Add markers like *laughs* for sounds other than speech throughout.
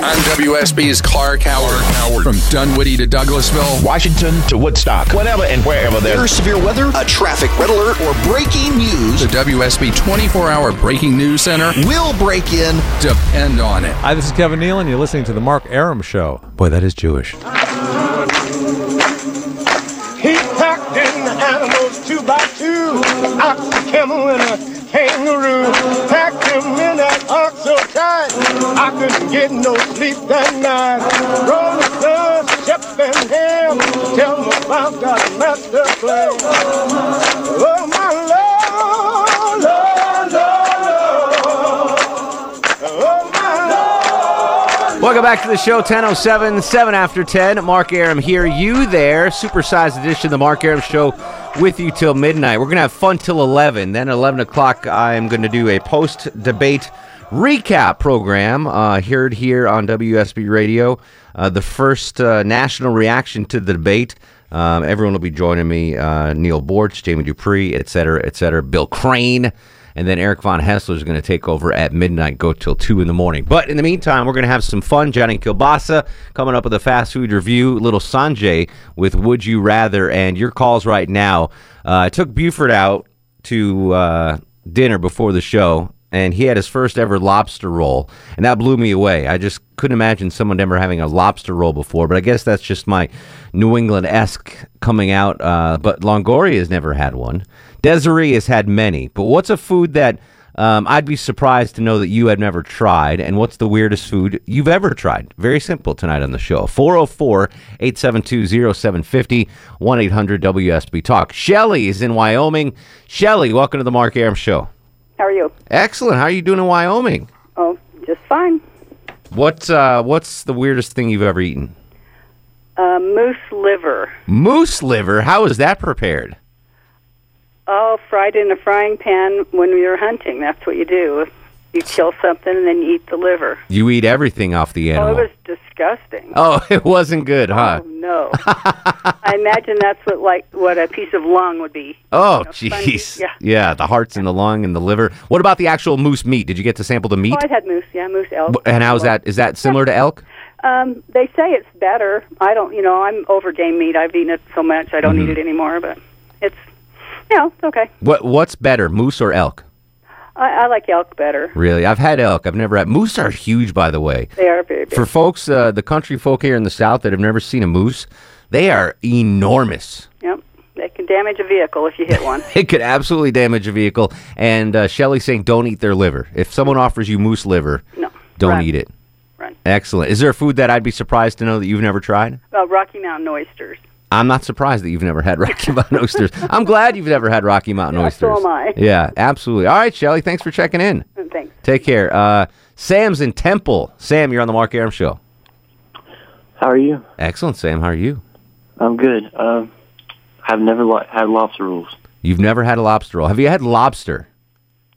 I'm WSB's Clark Howard. Howard. From Dunwoody to Douglasville. Washington to Woodstock, whenever and wherever there's severe weather, a traffic red alert, or breaking The news, WSB 24 hour breaking news center. we'll break in. Depend on it. Hi, this is Kevin Nealon. You're listening to The Mark Aram Show. Boy, that is Jewish. He packed in the animals two by two, ox, a camel, and a kangaroo. Packed him in that ox so tight, I couldn't get no sleep that night. Roll the sun, Shep and Ham, tell me about God's master plan. Oh, my Lord, Lord, Lord, Lord. Oh, my Lord. Welcome back to the show, 1007, 7 after 10. Mark Aram here, you there. Supersized edition of the Mark Aram Show with you till midnight. We're going to have fun till 11. Then at 11 o'clock, I am going to do a post debate recap program. Uh, heard here on WSB Radio, uh, the first uh, national reaction to the debate. Um, everyone will be joining me uh, Neil Borch, Jamie Dupree, et cetera, et cetera, Bill Crane. And then Eric Von Hessler is going to take over at midnight, go till 2 in the morning. But in the meantime, we're going to have some fun. Johnny Kilbasa coming up with a fast food review. Little Sanjay with Would You Rather. And your calls right now. Uh, I took Buford out to uh, dinner before the show, and he had his first ever lobster roll. And that blew me away. I just couldn't imagine someone ever having a lobster roll before. But I guess that's just my New England esque coming out. Uh, but Longoria has never had one. Desiree has had many. But what's a food that um, I'd be surprised to know that you had never tried. And what's the weirdest food you've ever tried? Very simple tonight on the show 404 872 0750 1 800 WSB Talk. Shelly is in Wyoming. Shelly, welcome to the Mark Aram Show. How are you? Excellent. How are you doing in Wyoming? Oh, just fine. What's, uh, what's the weirdest thing you've ever eaten? Uh, moose liver. Moose liver. How is that prepared? Oh, fried in a frying pan when you're hunting. That's what you do. You kill something and then you eat the liver. You eat everything off the Oh, it animal. was disgusting. Oh, *laughs* it wasn't good, huh? *laughs* Oh, no. I imagine that's what like what a piece of lung would be. Oh, You know, funny. jeez. Yeah. Yeah, the hearts and the lung and the liver. What about the actual moose meat? Did you get to sample the meat? Oh, I've had moose. Yeah, moose elk. Wh- and how's that? Is that similar to elk? Um, they say it's better. I don't. You know, I'm over game meat. I've eaten it so much. I don't Mm-hmm. eat it anymore. But it's, you know, it's okay. What What's better, moose or elk? I, I like elk better. Really, I've had elk. I've never had moose. Are huge, by the way. They are very big. For folks, uh, the country folk here in the south that have never seen a moose, they are enormous. *laughs* Yep. They can damage a vehicle if you hit one. It could absolutely damage a vehicle. And uh, Shelly's saying, don't eat their liver. If someone offers you moose liver, No. don't Run. eat it. Run. Excellent. Is there a food that I'd be surprised to know that you've never tried? Uh, Rocky Mountain oysters. I'm not surprised that you've never had Rocky *laughs* Mountain oysters. I'm glad you've never had Rocky Mountain Yeah, oysters. so am I. Yeah, absolutely. All right, Shelly, thanks for checking in. *laughs* Thanks. Take care. Uh, Sam's in Temple. Sam, you're on the Mark Aram Show. How are you? Excellent, Sam. How are you? I'm good. Um, I've never lo- had lobster rolls. You've never had a lobster roll. Have you had lobster?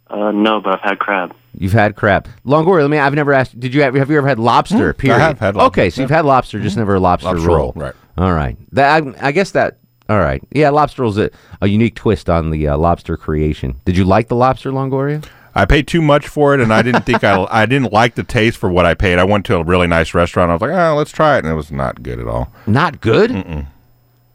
Uh, no, but I've had crab. You've had crab. Longoria, let me. I've never asked. Did you have? Have you ever had lobster? period. Hmm, have had lobster, Hmm. Okay, so you've had lobster, just never a lobster, Lobster roll. roll, right. All right. That I, I guess that. All right. Yeah, lobster roll's a, a unique twist on the uh, lobster creation. Did you like the lobster, Longoria? I paid too much for it, and I didn't *laughs* think I I didn't like the taste for what I paid. I went to a really nice restaurant. I was like, oh, let's try it, and it was not good at all. Not good.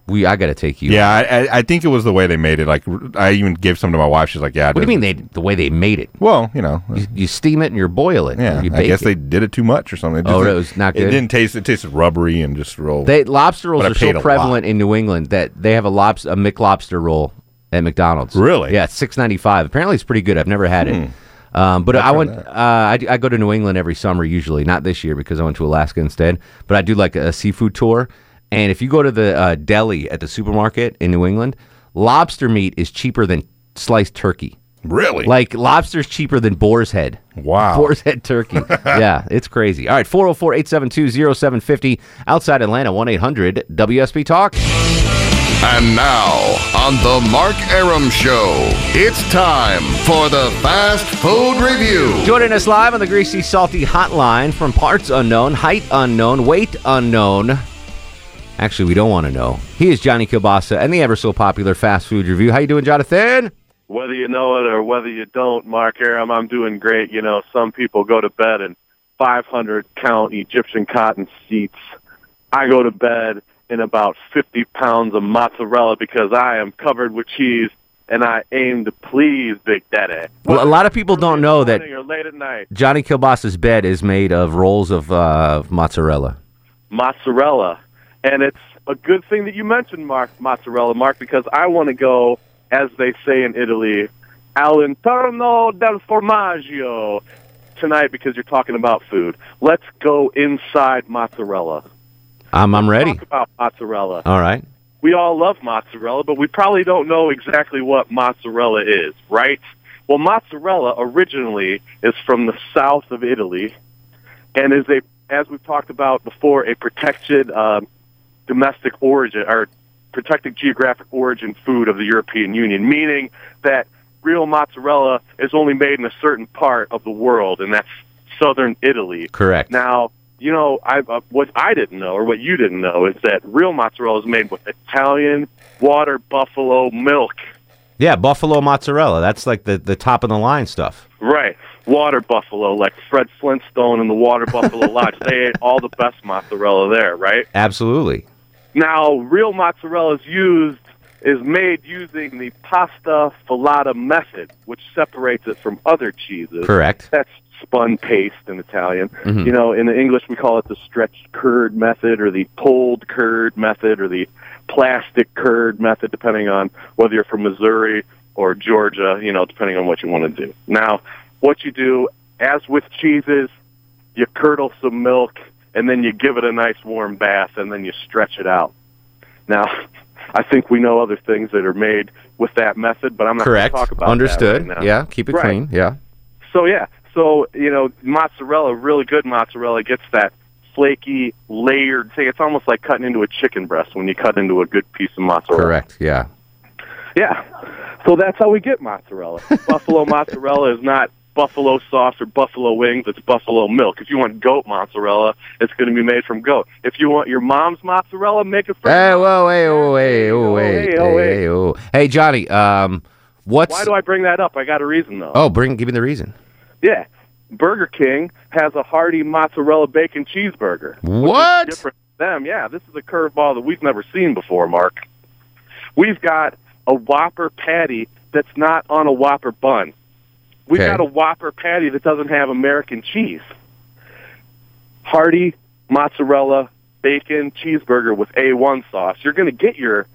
We. I gotta take you. Yeah, I, I, I think it was the way they made it. Like I even gave some to my wife. She's like, yeah. What do you mean they? The way they made it. Well, you know, You, you steam it and you boil it. yeah. You I bake guess it. they did it too much or something. It Oh, just- it was not It good? didn't taste. It tasted rubbery and just real. They lobster rolls But I are so paid a lot. prevalent in New England that they have a lobster a McLobster roll at McDonald's. Really? Hmm. Yeah, it's six ninety five. Apparently, it's pretty good. I've never had it. Um, but I went. Uh, I, I go to New England every summer, usually not this year because I went to Alaska instead. But I do like a, seafood tour, and if you go to the uh, deli at the supermarket in New England, lobster meat is cheaper than sliced turkey. really Like lobster's cheaper than boar's head. Wow. Boar's head *laughs* turkey. *laughs* yeah, it's crazy. All right, 404 872 0750 outside Atlanta, 1 800 WSB Talk. And now, on The Mark Aram Show, it's time for the Fast Food Review. Joining us live on the Greasy Salty Hotline from parts unknown, height unknown, weight unknown. Actually, we don't want to know. He is Johnny Kilbasa and the ever so popular fast food review. How you doing, Jonathan? whether you know it or whether you don't, Mark Aram, I'm doing great. You know, some people go to bed and 500 count Egyptian cotton sheets. I go to bed in about 50 pounds of mozzarella because I am covered with cheese and I aim to please Big Daddy. Well, a lot of people don't know that Morning or late at night, Johnny Kilbasa's bed is made of rolls of uh, mozzarella. mozzarella. And it's a good thing that you mentioned Mark mozzarella, Mark, because I want to go, as they say in Italy, all'interno del formaggio tonight because you're talking about food. Let's go inside mozzarella. I'm I'm ready. Talk about mozzarella. All right. we all love mozzarella, but we probably don't know exactly what mozzarella is, right? Well, mozzarella originally is from the south of Italy, and is a, as we've talked about before, a protected um, domestic origin or protected geographic origin food of the European Union, meaning that real mozzarella is only made in a certain part of the world, and that's southern Italy. Correct. Now, you know, I, uh, what I didn't know, or what you didn't know, is that real mozzarella is made with Italian water buffalo milk. Yeah, buffalo mozzarella. That's like the, the top of the line stuff. Right. Water buffalo, like Fred Flintstone and the Water Buffalo Lodge. They ate all the best mozzarella there, right? Absolutely. Now, real mozzarella is used is made using the pasta filata method, which separates it from other cheeses. Correct. That's spun paste in Italian. Mm-hmm. You know, in the English we call it the stretched curd method or the pulled curd method or the plastic curd method depending on whether you're from Missouri or Georgia, you know, depending on what you want to do. Now, what you do as with cheeses, you curdle some milk and then you give it a nice warm bath and then you stretch it out. Now, *laughs* I think we know other things that are made with that method, but I'm not Correct. going to talk about that Understood. right now. yeah, keep it Right. clean. Yeah. So yeah, so you know, mozzarella, really good mozzarella gets that flaky, layered thing. It's almost like cutting into a chicken breast when you cut into a good piece of mozzarella. Correct. Yeah. Yeah. So that's how we get mozzarella. *laughs* buffalo mozzarella is not buffalo sauce or buffalo wings, it's buffalo milk. If you want goat mozzarella, it's going to be made from goat. If you want your mom's mozzarella, make it from Hey, whoa, hey, whoa, hey, whoa, hey, Hey, oh, hey, hey, oh. Hey, Johnny. Um, what's? Why do I bring that up? I got a reason though. oh, bring give me the reason. Yeah. Burger King has a hearty mozzarella bacon cheeseburger. What? different than them. Yeah, this is a curveball that we've never seen before, Mark. We've got a Whopper patty that's not on a Whopper bun. We've Okay. got a Whopper patty that doesn't have American cheese. Hearty mozzarella bacon cheeseburger with A1 sauce. You're going to get your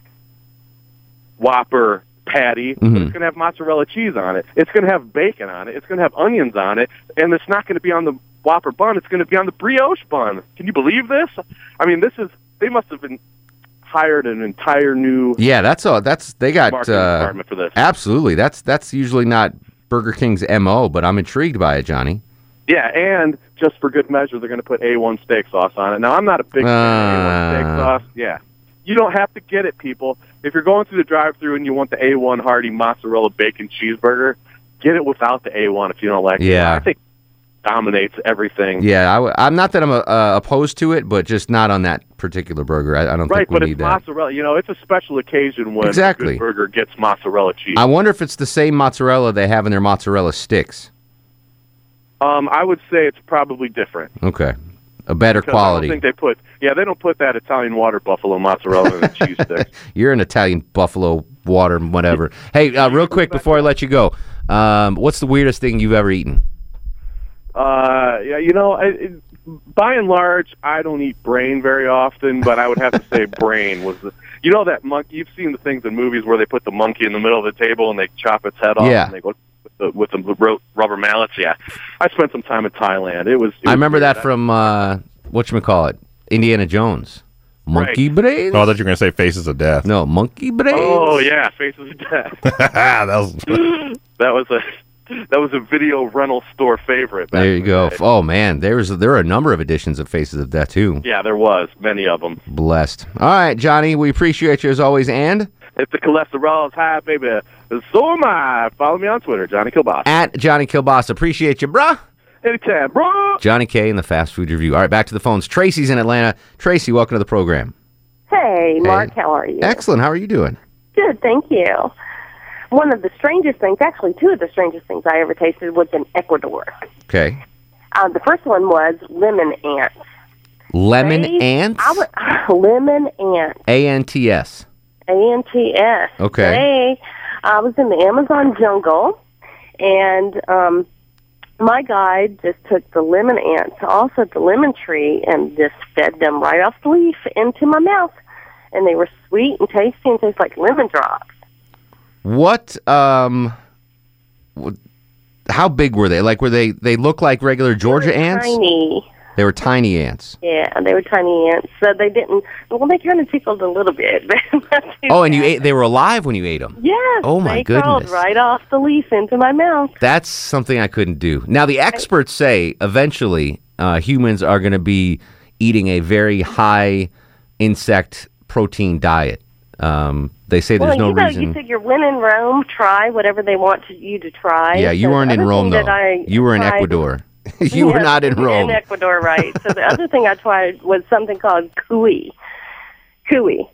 Whopper patty. but It's going to have mozzarella cheese on it. It's going to have bacon on it. It's going to have onions on it. And it's not going to be on the Whopper bun. It's going to be on the brioche bun. Can you believe this? I mean, this is, they must have been hired an entire new Yeah, that's all. That's they got. marketing Uh, department for this. absolutely. That's that's usually not Burger King's mo, but I'm intrigued by it, Johnny. Yeah, and just for good measure, they're going to put A1 steak sauce on it. Now, I'm not a big fan of A1 steak Ah. sauce. Yeah. You don't have to get it, people. If you're going through the drive through and you want the A1 hearty mozzarella bacon cheeseburger, get it without the A1 if you don't like it. Yeah. I think it dominates everything. Yeah, I w- I'm not that I'm uh, opposed to it, but just not on that particular burger. I, I don't Right, think we but it's need that. mozzarella. You know, it's a special occasion when a Exactly. good burger gets mozzarella cheese. I wonder if it's the same mozzarella they have in their mozzarella sticks. um, I would say it's probably different. Okay, a better 'Cause I quality. don't think they put, yeah, they don't put that Italian water buffalo mozzarella *laughs* in a cheese stick. You're an Italian buffalo water and whatever. Hey, uh, real quick before I let you go, um, what's the weirdest thing you've ever eaten? Uh, yeah, you know, I, it, by and large, I don't eat brain very often, but I would have to *laughs* say brain was the. You know that monkey? You've seen the things in movies where they put the monkey in the middle of the table and they chop its head off Yeah. and they go with the, with the ru- rubber mallets. Yeah, I spent some time in Thailand. It was. it I was remember weird. that from uh, what you call it, Indiana Jones, monkey brains. Oh, I thought you were going to say faces of death. no, *laughs* monkey brains. Oh yeah, Faces of Death. *laughs* that *laughs* was *laughs* that was a that was a video rental store favorite. Mm. back There in you the go. day. Oh man, there's there are a number of editions of Faces of Death too. Yeah, there was many of them. Blessed. All right, Johnny, we appreciate you as always. And If the cholesterol is high, baby, so am I. Follow me on Twitter, Johnny Kilboss. at Johnny Kilboss, appreciate you, bruh. Anytime, bro. Johnny K in the fast food review. All right, back to the phones. Tracy's in Atlanta. Tracy, welcome to the program. Hey, Mark, Hey. how are you? Excellent. How are you doing? Good, thank you. One of the strangest things, actually, two of the strangest things I ever tasted was in Ecuador. Okay. Um, the first one was lemon ants. Lemon They- ants? I would, *laughs* lemon ants. A N T S. A-N-T-S. Okay. Hey, I was in the Amazon jungle, and um, my guide just took the lemon ants off of the lemon tree and just fed them right off the leaf into my mouth. And they were sweet and tasty and tastes like lemon drops. What? Um, wh- how big were they? Like, were they? They look like regular Georgia ants. Tiny. They were tiny ants. Yeah, they were tiny ants. So they didn't, well, they kind of tickled a little bit. *laughs* But not too Oh, and you bad. ate. They were alive when you ate them. Yes. Oh, my they crawled goodness. right off the leaf into my mouth. That's something I couldn't do. Now, the experts say eventually uh, humans are going to be eating a very high insect protein diet. Um, they say there's well, no you know, reason. you figure when in Rome, try whatever they want to, you to try. yeah, you So the weren't in other Rome though. thing that I you were in tried- Ecuador. *laughs* you were Yes, not in Rome. In Ecuador, *laughs* right. so the other thing I tried was something called cuy. Cuy.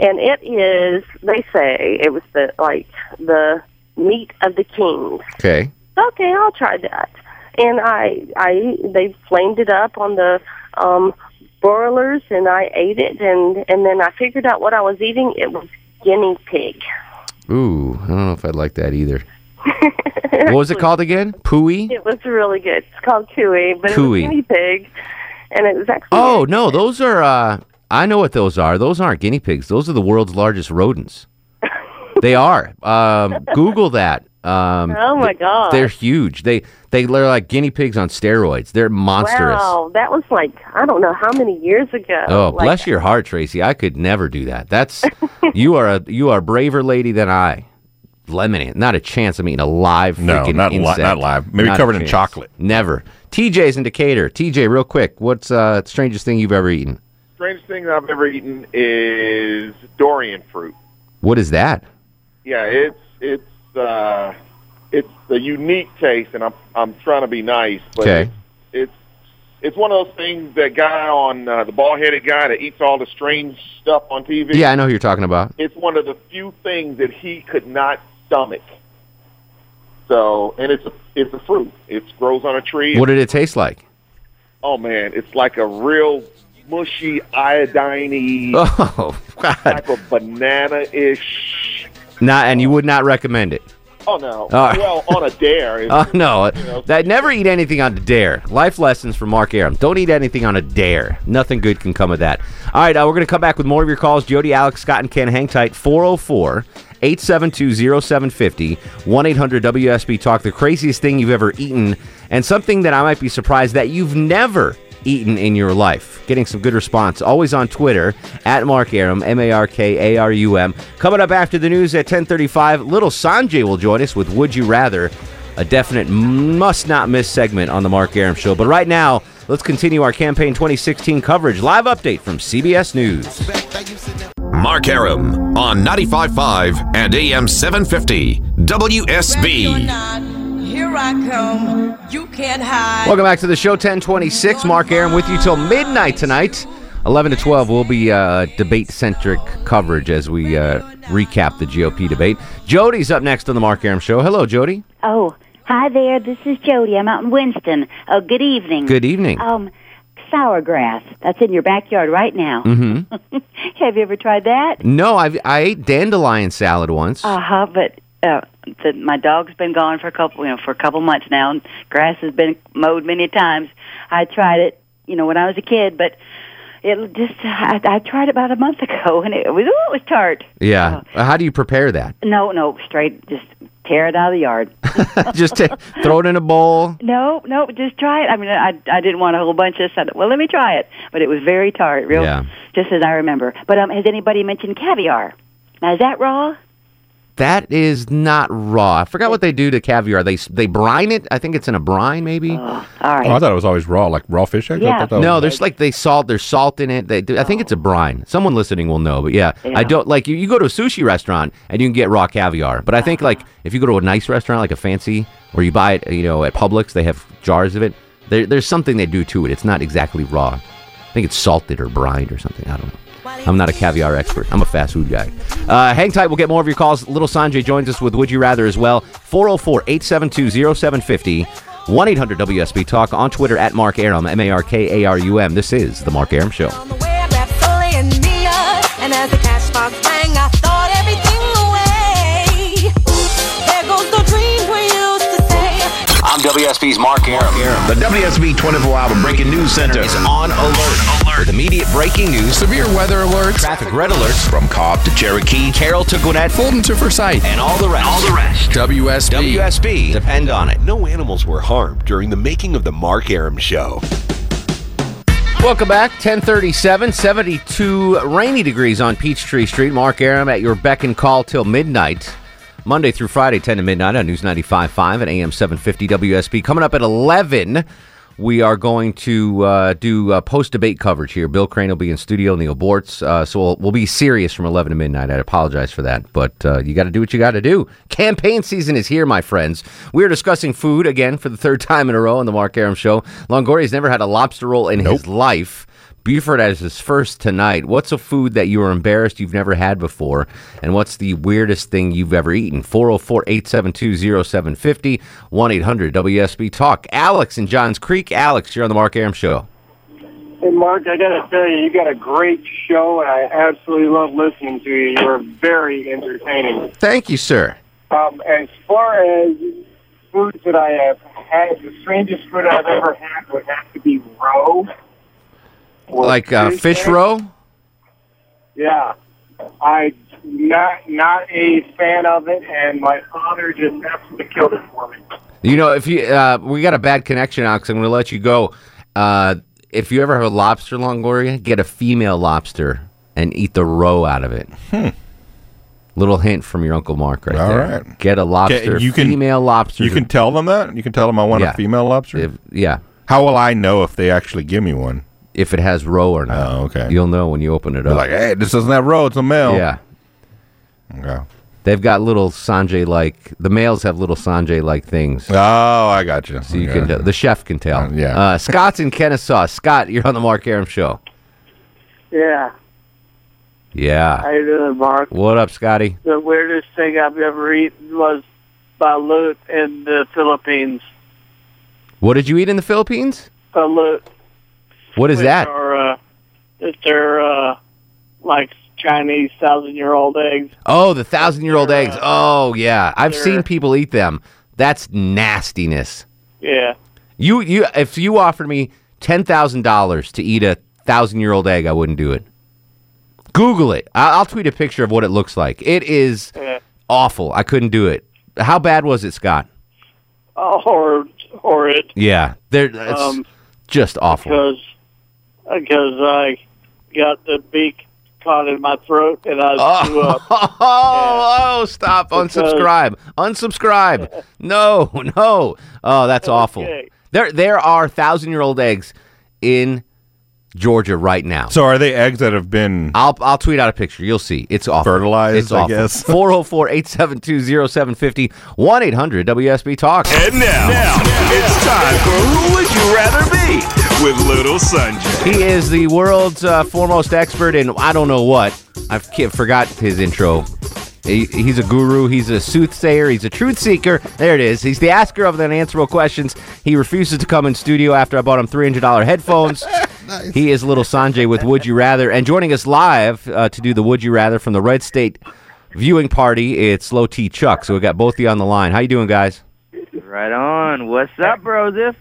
And it is, they say, it was the, like, the meat of the kings. okay. okay, I'll try that. And I, I, they flamed it up on the um, broilers, and I ate it, and and then I figured out what I was eating. It was guinea pig. Ooh, I don't know if I'd like that *laughs* either. what was it called again? Pooey? It was really good. It's called cooey, but Cooey. it was guinea pig, and it was actually Oh no, those are. Uh, I know what those are. Those aren't guinea pigs. Those are the world's largest rodents. they are. Um, Google that. Um, Oh, my th- gosh. They're huge. They they they're like guinea pigs on steroids. They're monstrous. wow. That was like I don't know how many years ago. Oh, Like, bless your heart, Tracy. I could never do that. That's you are a you are a braver lady than I. Lemon ant, not a chance. I'm eating a live No, freaking not li- insect. not live. Maybe Not a covered in chance. chocolate. Never. TJ's in Decatur. TJ, real quick, what's uh the strangest thing you've ever eaten? Strangest thing that I've ever eaten is Dorian fruit. What is that? Yeah, it's it's uh, it's a unique taste, and I'm I'm trying to be nice, but Okay. it's it's one of those things that guy on uh, the bald headed guy that eats all the strange stuff on TV. Yeah, I know who you're talking about. It's one of the few things that he could not stomach. So, and it's a it's a fruit. It grows on a tree. What did it taste like? Oh man, it's like a real mushy iodiney *laughs* Oh God! type of banana ish. Not, and you would not recommend it. Oh no. right. Well, on a dare. *laughs* It's, Oh no! You know. That never eat anything on a dare. Life lessons from Mark Aram. Don't eat anything on a dare. Nothing good can come of that. All right, uh, we're going to come back with more of your calls. Jody, Alex, Scott, and Ken, hang tight. 404 872 0750 1 800 WSB Talk. The craziest thing you've ever eaten, and something that I might be surprised that you've never eaten in your life. Getting some good response. Always on Twitter at Mark Aram, M A R K A R U M. Coming up after the news at 10:35, little Sanjay will join us with Would You Rather, a definite must not miss segment on the Mark Aram show. But right now, let's continue our campaign 2016 coverage. Live update from CBS News. Mark Aram on 95.5 and AM 750 WSB. Here I come. You can't hide. Welcome back to the show 1026. Mark Aaron with you till midnight tonight. 11 to 12 will be uh, debate centric coverage as we uh, recap the GOP debate. Jody's up next on the Mark Aaron show. Hello, Jody. Oh, hi there. This is Jody. I'm out in Winston. Oh, good evening. Good evening. Um, sourgrass. That's in your backyard right now. Mm *laughs* Have you ever tried that? hmm. No, I've, I ate dandelion salad once. Uh huh. But uh, the, my dog's been gone for a couple, you know, for a couple months now, and grass has been mowed many times. I tried it, you know, when I was a kid, but it just I, I tried it about a month *laughs* ago, and it was ooh, it was tart. Yeah. How do you prepare that? *laughs* No, no, straight, just tear it out of the yard. Just ta- throw it in a bowl. No, no, just try it. I mean, I I didn't want a whole bunch of stuff. Well, let me try it, but it was very tart, real, Yeah. just as I remember. But um, has anybody mentioned caviar? Now, is that raw? That is not raw. I forgot what they do to caviar. They s- they brine it. I think it's in a brine, maybe. all right. Oh, I thought it was always raw, like raw fish eggs. I thought that was- No, there's like they salt. There's salt in it. They do, I think it's a brine. Someone listening will know, but yeah, Yeah. I don't like you. You go to a sushi restaurant and you can get raw caviar, but I think like if you go to a nice restaurant, like a fancy, or you buy it, you know, at Publix, they have jars of it. There, there's something they do to it. It's not exactly raw. I think it's salted or brined or something. I don't know. I'm not a caviar expert. I'm a fast food guy. Uh, hang tight. We'll get more oh of your calls. Little Sanjay joins us with Would You Rather as well. 404 872 0750. 1 800 WSB Talk, on Twitter at Mark Arum, M A R K A R U M. This is The Mark Arum Show. fully in neon. And as the cash box rang, I thought everything away. There goes the dreams we used to say. I'm WSB's Mark Aram. The WSB 24 hour breaking news center is on alert. alert. With immediate breaking news, severe weather alerts, traffic red alerts from Cobb to Cherokee, Carroll to Gwinnett, Fulton to Forsyth, and all the rest. All the rest. WSB. WSB. Depend on it. No animals were harmed during the making of the Mark Aram Show. Welcome back. 1037, 72 rainy degrees on Peachtree Street. Mark Aram at your beck and call till midnight. Monday through Friday, 10 to midnight on News 95.5 and AM 750 WSB. Coming up at 11, we are going to uh, do uh, post-debate coverage here. Bill Crane will be in studio, Neil Bortz. Uh, so we'll, we'll be serious from 11 to midnight. I apologize for that, but uh, you got to do what you got to do. Campaign season is here, my friends. We are discussing food again for the third *laughs* time in a row on the Mark Aram Show. Longoria's never had a lobster roll in his life. Buford has his first tonight. What's a food that you are embarrassed you've never had before? And what's the weirdest thing you've ever eaten? 404 872 0750 1 800 WSB Talk. Alex in Johns Creek. Alex, you're on the Mark Aram Show. Hey, Mark, I got to tell you, you got a great show, and I absolutely love listening to you. You're very entertaining. Thank you, sir. Um, as far as foods that I have had, the strangest food I've ever had would have to be roe. like uh, fish roe? Yeah, I not not a fan of it, and my father just absolutely killed it for me. You know, if you uh, we got a bad connection, Alex, I'm going to let you go. Uh, if you ever have a lobster Longoria, get a female lobster and eat the roe out of it. Hmm. Little hint from your uncle Mark, right All there. right. Get a lobster. you can- female lobster. You can tell them that. You can tell them I want Yeah. a female lobster. yeah. How will I know if they actually give me one? If it has roe or not. Oh, okay. You'll know when you open it They're up. like, hey, this doesn't have roe. It's a male. Yeah. Okay. They've got little Sanjay like the males have little Sanjay like things. Oh, I got you. So you Okay. can tell, the chef can tell. yeah. Uh, Scott's in Kennesaw. Scott, you're on the Mark Aram show. Yeah. Yeah. How you doing, Mark? What up, Scotty? The weirdest thing I've ever eaten was balut in the Philippines. What did you eat in the Philippines? Balut. What is which that? Are, uh, that they're uh, like Chinese thousand-year-old eggs. Oh, the thousand year old eggs. Oh yeah. I've seen people eat them. That's nastiness. Yeah. You you if you offered me ten thousand dollars to eat a thousand year old egg, I wouldn't do it. Google it. I- I'll tweet a picture of what it looks like. It is awful. I couldn't do it. How bad was it, Scott? Oh, Or or it Yeah, there. It's Um, just awful. because because I got the beak caught in my throat and I threw up. Oh, *laughs* oh, stop! Because- Unsubscribe. *laughs* Unsubscribe. No, no. Oh, that's awful. Okay. There, there are thousand-year-old eggs in Georgia right now. So are they eggs that have been? I'll I'll tweet out a picture. You'll see. It's awful. Fertilized, It's I awful. guess. *laughs* 404-872-0750, 1-800-WSB Talk. And now, it's time for Who Would You Rather Be with Little Sanjay. He is the world's uh, foremost expert in I don't know what. I forgot his intro. He, he's a guru. He's a soothsayer. He's a truth seeker. There it is. He's the asker of the unanswerable questions. He refuses to come in studio after I bought him three hundred dollar headphones. He is little Sanjay with Would You Rather, and joining us live uh, to do the Would You Rather from the Red State viewing party. It's Low T Chuck. So we got both of you on the line. How you doing, guys? Right on. What's up, Broseph?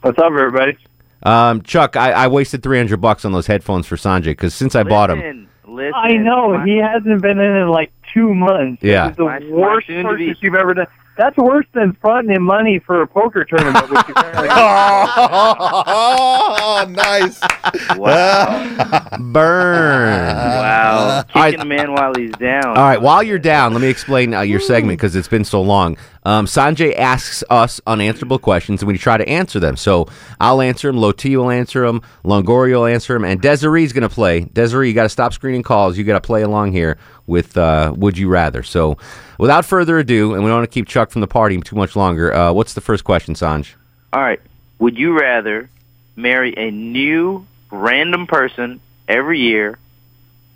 What's up, everybody? Um, Chuck, I, I wasted three hundred bucks on those headphones for Sanjay because since I bought them, Listen, listen. I know he hasn't been in in like two months. Yeah. This is the My- my worst soon-to-be- purchase you've ever done. That's worse than fronting him money for a poker tournament. *laughs* which you oh, nice. Burn. Wow. *laughs* All right. Kicking a man while he's down. All right, while you're down, let me explain uh, your segment because it's been so long. Um, Sanjay asks us unanswerable questions, and we try to answer them. So I'll answer them, Loti will answer them, Longoria will answer them, and Desiree's going to play. Desiree, you got to stop screening calls. You got to play along here with uh, Would You Rather. So without further ado, and we don't want to keep Chuck from the party too much longer, uh, what's the first question, Sanj? All right. Would you rather marry a new random person every year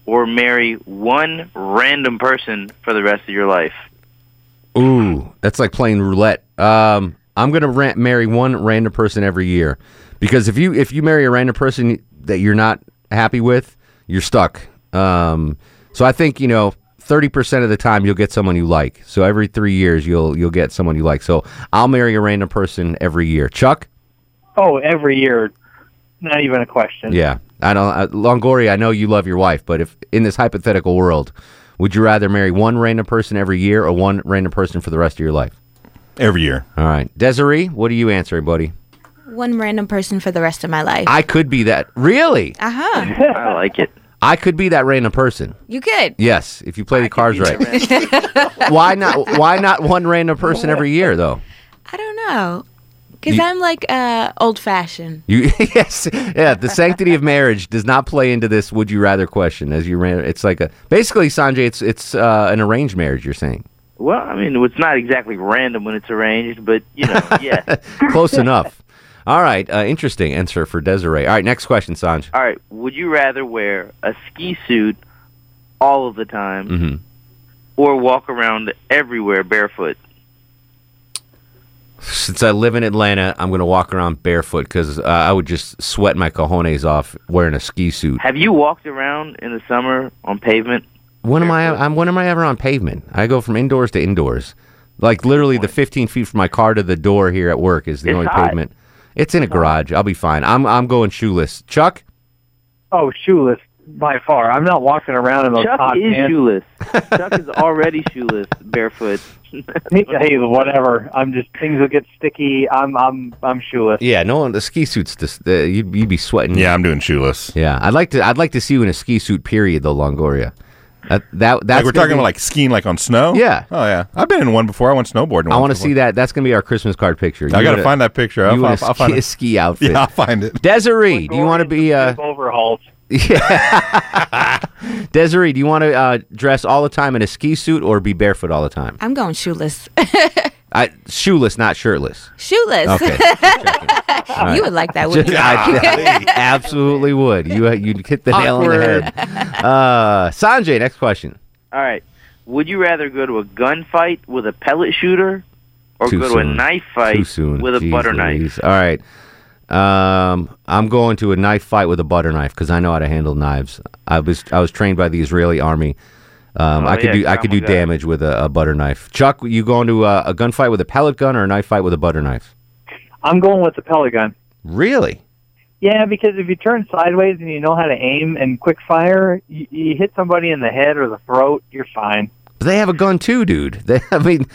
or marry one random person for the rest of your life? Ooh, that's like playing roulette. Um, I'm gonna rant, marry one random person every year because if you if you marry a random person that you're not happy with, you're stuck. Um, so I think you know. 30% of the time you'll get someone you like. So every 3 years you'll you'll get someone you like. So I'll marry a random person every year. Chuck? Oh, every year, not even a question. Yeah, I don't. I, Longoria, I know you love your wife, but if in this hypothetical world, would you rather marry one random person every year or one random person for the rest of your life? Every year. All right, Desiree, what are you answering, buddy? One random person for the rest of my life. I uh-huh. could be that. Really? Uh huh. *laughs* I like it. I could be that random person. *laughs* You could. Yes, if you play the cards *laughs* right. *laughs* why not? Why not one random person every year though? I don't know. Because You- I'm like uh, old fashioned. You *laughs* yes, yeah. The sanctity of marriage does not play into this "would you rather" question. As you ran, it's like a basically, Sanjay. It's it's uh, an arranged marriage. You're saying *laughs* Well, I mean, it's not exactly random when it's arranged, but you *laughs* know, yeah. close enough. All right, uh, interesting answer for Desiree. All right, next question, Sanj. All right. Would you rather wear a ski suit all of the time Mm-hmm. or walk around everywhere barefoot? Since I live in Atlanta, I'm going to walk around barefoot because uh, I would just sweat my cojones off wearing a ski suit. Have you walked around in the summer on pavement? When am I? I'm, when am I ever on pavement? I go from indoors to indoors, like literally the 15 feet from my car to the door here at work is the It's only hot. pavement. It's in a garage. I'll be fine. I'm I'm going shoeless. Chuck, Oh, shoeless by far. I'm not walking around in those Chuck hot is pants. shoeless. *laughs* Chuck is already shoeless, barefoot. hey, whatever. I'm just things will get sticky. I'm I'm I'm shoeless. yeah, no one. The ski suits. This uh, you'd, you'd be sweating. Yeah, I'm doing shoeless. Yeah, I'd like to. I'd like to see you in a ski suit. Period, though, Longoria. That that that's like we're gonna be- talking about like skiing, like on snow. Yeah. Oh yeah. I've been in one before. I went snowboarding. I once want to before. see that. That's going to be our Christmas card picture. I gotta find that picture. I'll you in a fi- I'll find ski, it. ski outfit. *laughs* Yeah, I'll find it. Desiree, do you want to be? Uh, overhauls. *laughs* Desiree, do you want to uh, dress all the time in a ski suit or be barefoot all the time? I'm going shoeless. *laughs* I shoeless, not shirtless. shoeless. Okay. All *laughs* You right. would like that, wouldn't you? I absolutely would. You uh, you'd hit the nail on Awkward. the head. Uh, Sanjay, next question. All right. Would you rather go to a gunfight with a pellet shooter or Too go to a soon. knife fight Too soon. with a Jeez butter knife? Louise. All right. Um, I'm going to a knife fight with a butter knife because I know how to handle knives. I was I was trained by the Israeli army. Um, Oh, I could yeah, do I could do Krav Maga. damage with a, a butter knife. Chuck, you going to a, a gunfight with a pellet gun or a knife fight with a butter knife? I'm going with the pellet gun. Really? Yeah, because if you turn sideways and you know how to aim and quick fire, you, you hit somebody in the head or the throat, you're fine. But they have a gun too, dude. *laughs* They, I mean,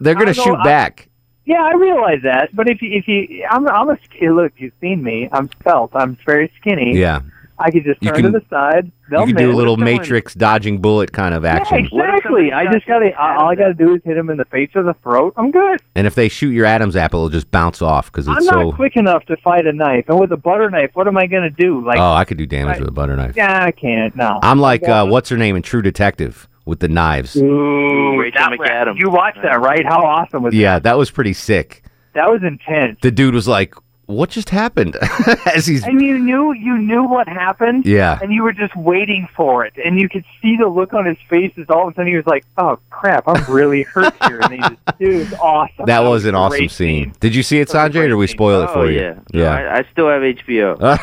they're I gonna know, shoot I- back. Yeah, I realize that. But if you, if you, I'm, I'm a sk- look. You've seen me. I'm spelt. I'm very skinny. Yeah. I could just You turn can- to the side. You they'll could do a miss. little What if someone- matrix dodging bullet kind of Yeah, action. exactly. I just gotta. I- All I gotta do is hit him in the face or the throat. I'm good. And if they shoot your Adam's apple, it'll just bounce off because it's I'm so. not quick enough to fight a knife. And with a butter knife, what am I gonna do? Like, oh, I could do damage I- with a butter knife. yeah, I can't. No. I'm like, uh, what's her name in True Detective with the knives? Mm, Ooh, Rachel that- McAdams. You watched that, right? How awesome was Yeah, that was pretty sick. that? That was intense. The dude was like, "What just happened?" *laughs* As he's And you knew you knew what happened. Yeah. And you were just waiting for it, and you could see the look on his face. As all of a sudden he was like, "Oh crap, I'm really hurt here." And he just, it was awesome. that was an awesome great scene. Did you see it, Sanjay, or did we spoil it Oh, for you? Ah, yeah. No, I, I still *laughs* have HBO.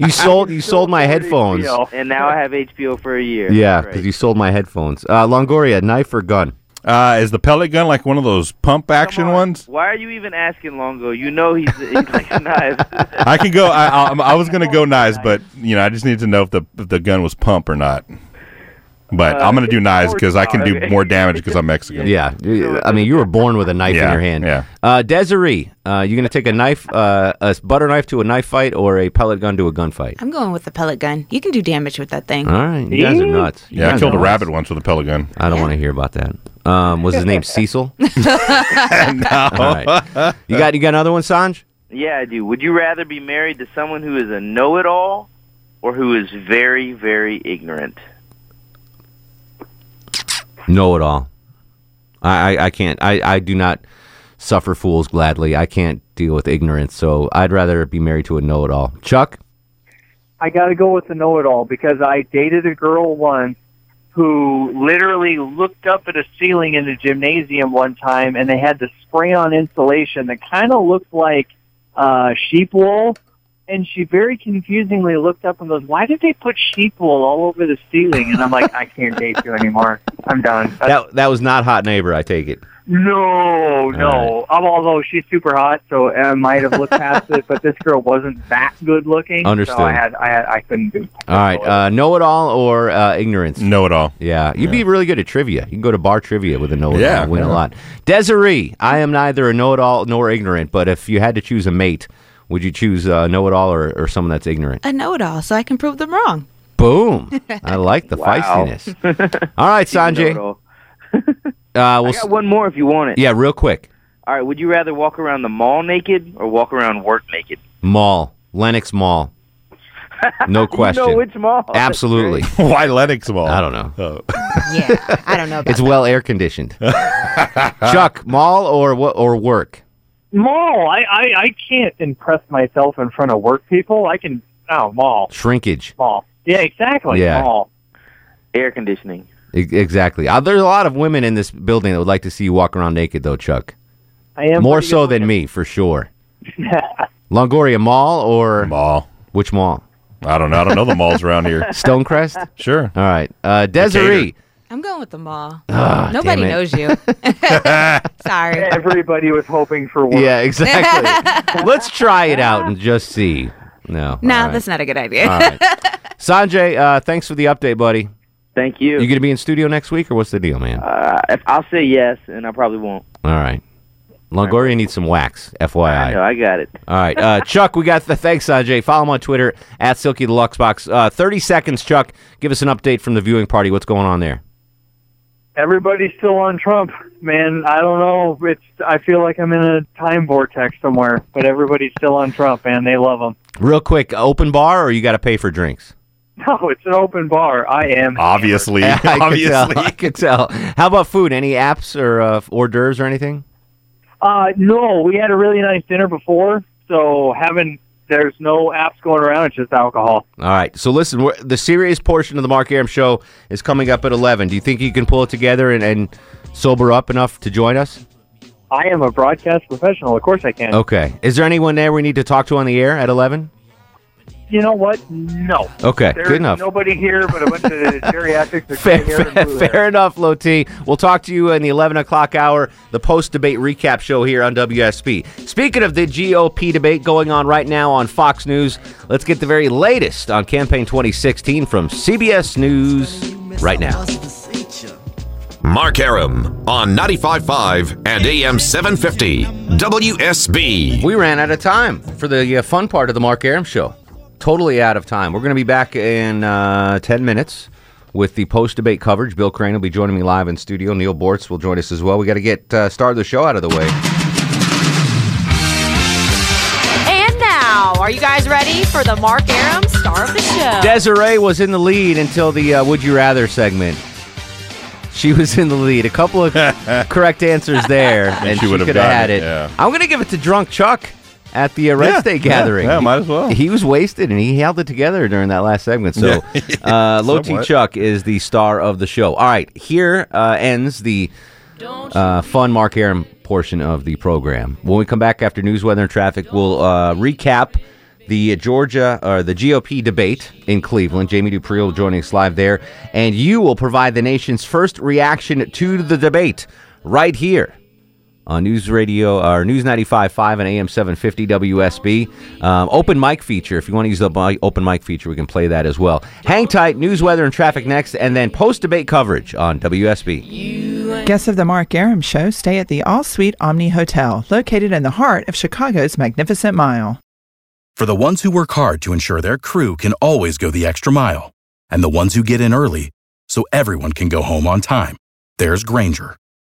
you sold you sold my headphones. And now I have HBO for a year. Yeah, Right. because you sold my headphones. Uh, Longoria, knife or gun? Uh, is the pellet gun like one of those pump action ones? Why are you even asking Longo? You know he's, he's like a *laughs* knife. I can go. I, I, I'm- I was gonna go knives, but you know, I just needed to know if the if the gun was pump or not. But I'm gonna do knives because I can do Uh, more damage because *laughs* I'm Mexican. Yeah, you- I mean, you were born with a knife in Yeah, your hand. yeah. Uh, Desiree, uh, you gonna take a knife, uh, a butter knife to a knife fight, or a pellet gun to a gunfight? *laughs* I'm going with the pellet gun. You can do damage with that thing. All right, you guys are nuts. You Yeah, I guys killed are a nuts. rabbit once with a pellet gun. I don't want to hear about that. Um, was his name *laughs* Cecil? All right. You got you got another one, Sanj? *laughs* Yeah, I do. Would you rather be married to someone who is a know-it-all or who is very, very ignorant? *laughs* Know it all. I, I, I can't. I, I do not suffer fools gladly. I can't deal with ignorance. So I'd rather be married to a know it all. Chuck? I got to go with the know-it-all because I dated a girl once who literally looked up at a ceiling in a gymnasium one time and they had the spray on insulation that kind of looked like uh, sheep wool. And she very confusingly looked up and goes, Why did they put sheep wool all over the ceiling? And I'm like, I can't date you anymore. I'm done. That that was not hot neighbor. I take it. No, no. Um, although she's super hot, so I might have looked past it. But this girl wasn't that good looking. Understood. So I had, I had, I couldn't do. All right, uh, know it all or uh, ignorance? Know it all. Yeah, you'd be really good at trivia. You can go to bar trivia with a know it all. Yeah, win a yeah. lot. Desiree, I am neither a know it all nor ignorant. But if you had to choose a mate, would you choose uh, know it all or, or someone that's *laughs* ignorant? I know it all, so I can prove them wrong. Boom! I like the feistiness. All right, Sanjay. Uh, we'll I got one more if you want it. Yeah, real quick. All right. Would you rather walk around the mall naked or walk around work naked? Mall, Lennox Mall. No question. *laughs* You know which mall? Absolutely. *laughs* Why Lennox Mall? I don't know. Oh. *laughs* yeah, I don't know. About It's well air *laughs* conditioned. Chuck, mall or what or work? Mall. I, I, I can't impress myself in front of work people. I can. Oh, mall. Shrinkage. Mall. Yeah, exactly. Yeah. Mall. Air conditioning. E- exactly. Uh, there's a lot of women in this building that would like to see you walk around naked, though, Chuck. I am More so than me, for *laughs* sure. Longoria Mall or mall? Which mall? I don't know. I don't know the malls around here. *laughs* Stonecrest. Sure. All right. Uh, Decatur. Desiree. I'm going with the mall. Ah, Nobody damn it. *laughs* knows you. *laughs* Sorry. *laughs* Everybody was hoping for one. Yeah, exactly. Let's try it out and just see. No. No, all right. that's not a good idea. All right. Sanjay, uh, thanks for the update, buddy. Thank you. You going to be in studio next week, or what's the deal, man? Uh, if I'll say yes, and I probably won't. All right. Longoria needs some wax, I know. FYI. I got it. All right, uh, Chuck, we got the thanks, Sanjay. Follow him on Twitter at Silky Deluxe Box. Uh, Thirty seconds, Chuck. Give us an update from the viewing party. What's going on there? Everybody's still on Trump, man. I don't know. It's. I feel like I'm in a time vortex somewhere, but everybody's still on Trump, man. They love him. Real quick, open bar, or you got to pay for drinks? *laughs* No, it's an open bar. I am. Obviously, Obviously. *laughs* I could tell. How about food? Any apps or uh, hors d'oeuvres or anything? Uh, no, we had a really nice dinner before, so having there's no apps going around. It's just alcohol. All right. So listen, we're, the serious portion of the Mark Aram show is coming up at 11. Do you think you can pull it together and, and sober up enough to join us? I am a broadcast professional. Of course, I can. Okay. Is there anyone there we need to talk to on the air at 11? You know what? No. Okay, There's good enough. Nobody here, but a bunch of *laughs* geriatrics. Are Fair, here fair, fair enough, Low T. We'll talk to you in the 11 o'clock hour, the post debate recap show here on WSB. Speaking of the GOP debate going on right now on Fox News, let's get the very latest on campaign 2016 from CBS News right now. Mark Aram on 95.5 and AM 750 WSB. We ran out of time for the uh, fun part of the Mark Aram show. Totally out of time. We're going to be back in uh, 10 minutes with the post debate coverage. Bill Crane will be joining me live in studio. Neil Bortz will join us as well. We got to get uh, Star of the Show out of the way. And now, are you guys ready for the Mark Aram star of the Oh. show? Desiree was in the lead until the uh, Would You Rather segment. She was in the lead. A couple *laughs* of correct answers there, and, she, would've could have gotten had it, it. yeah. I'm going to give it to Drunk Chuck at the uh, Red Yeah, State yeah, gathering. yeah, He- might as well. He was wasted, and he held it together during that last segment. So, *laughs* Yeah. uh, Low T Somewhat. Chuck is the star of the show. All right, here uh, ends the uh, fun Mark Aram portion of the program. When we come back after news, weather, and traffic, we'll uh, recap the Georgia or the GOP debate in Cleveland. Jamie Dupree will join us live there, and you will provide the nation's first reaction to the debate right here on News Radio or News 95.5 and AM 750 WSB. Um, open mic feature. If you want to use the mi- open mic feature, we can play that as well. Hang tight. News, weather, and traffic next, and then post debate coverage on WSB. Guests of the Mark Aram Show stay at the All Suite Omni Hotel, located in the heart of Chicago's Magnificent Mile. For the ones who work hard to ensure their crew can always go the extra mile, and the ones who get in early so everyone can go home on time, there's Granger,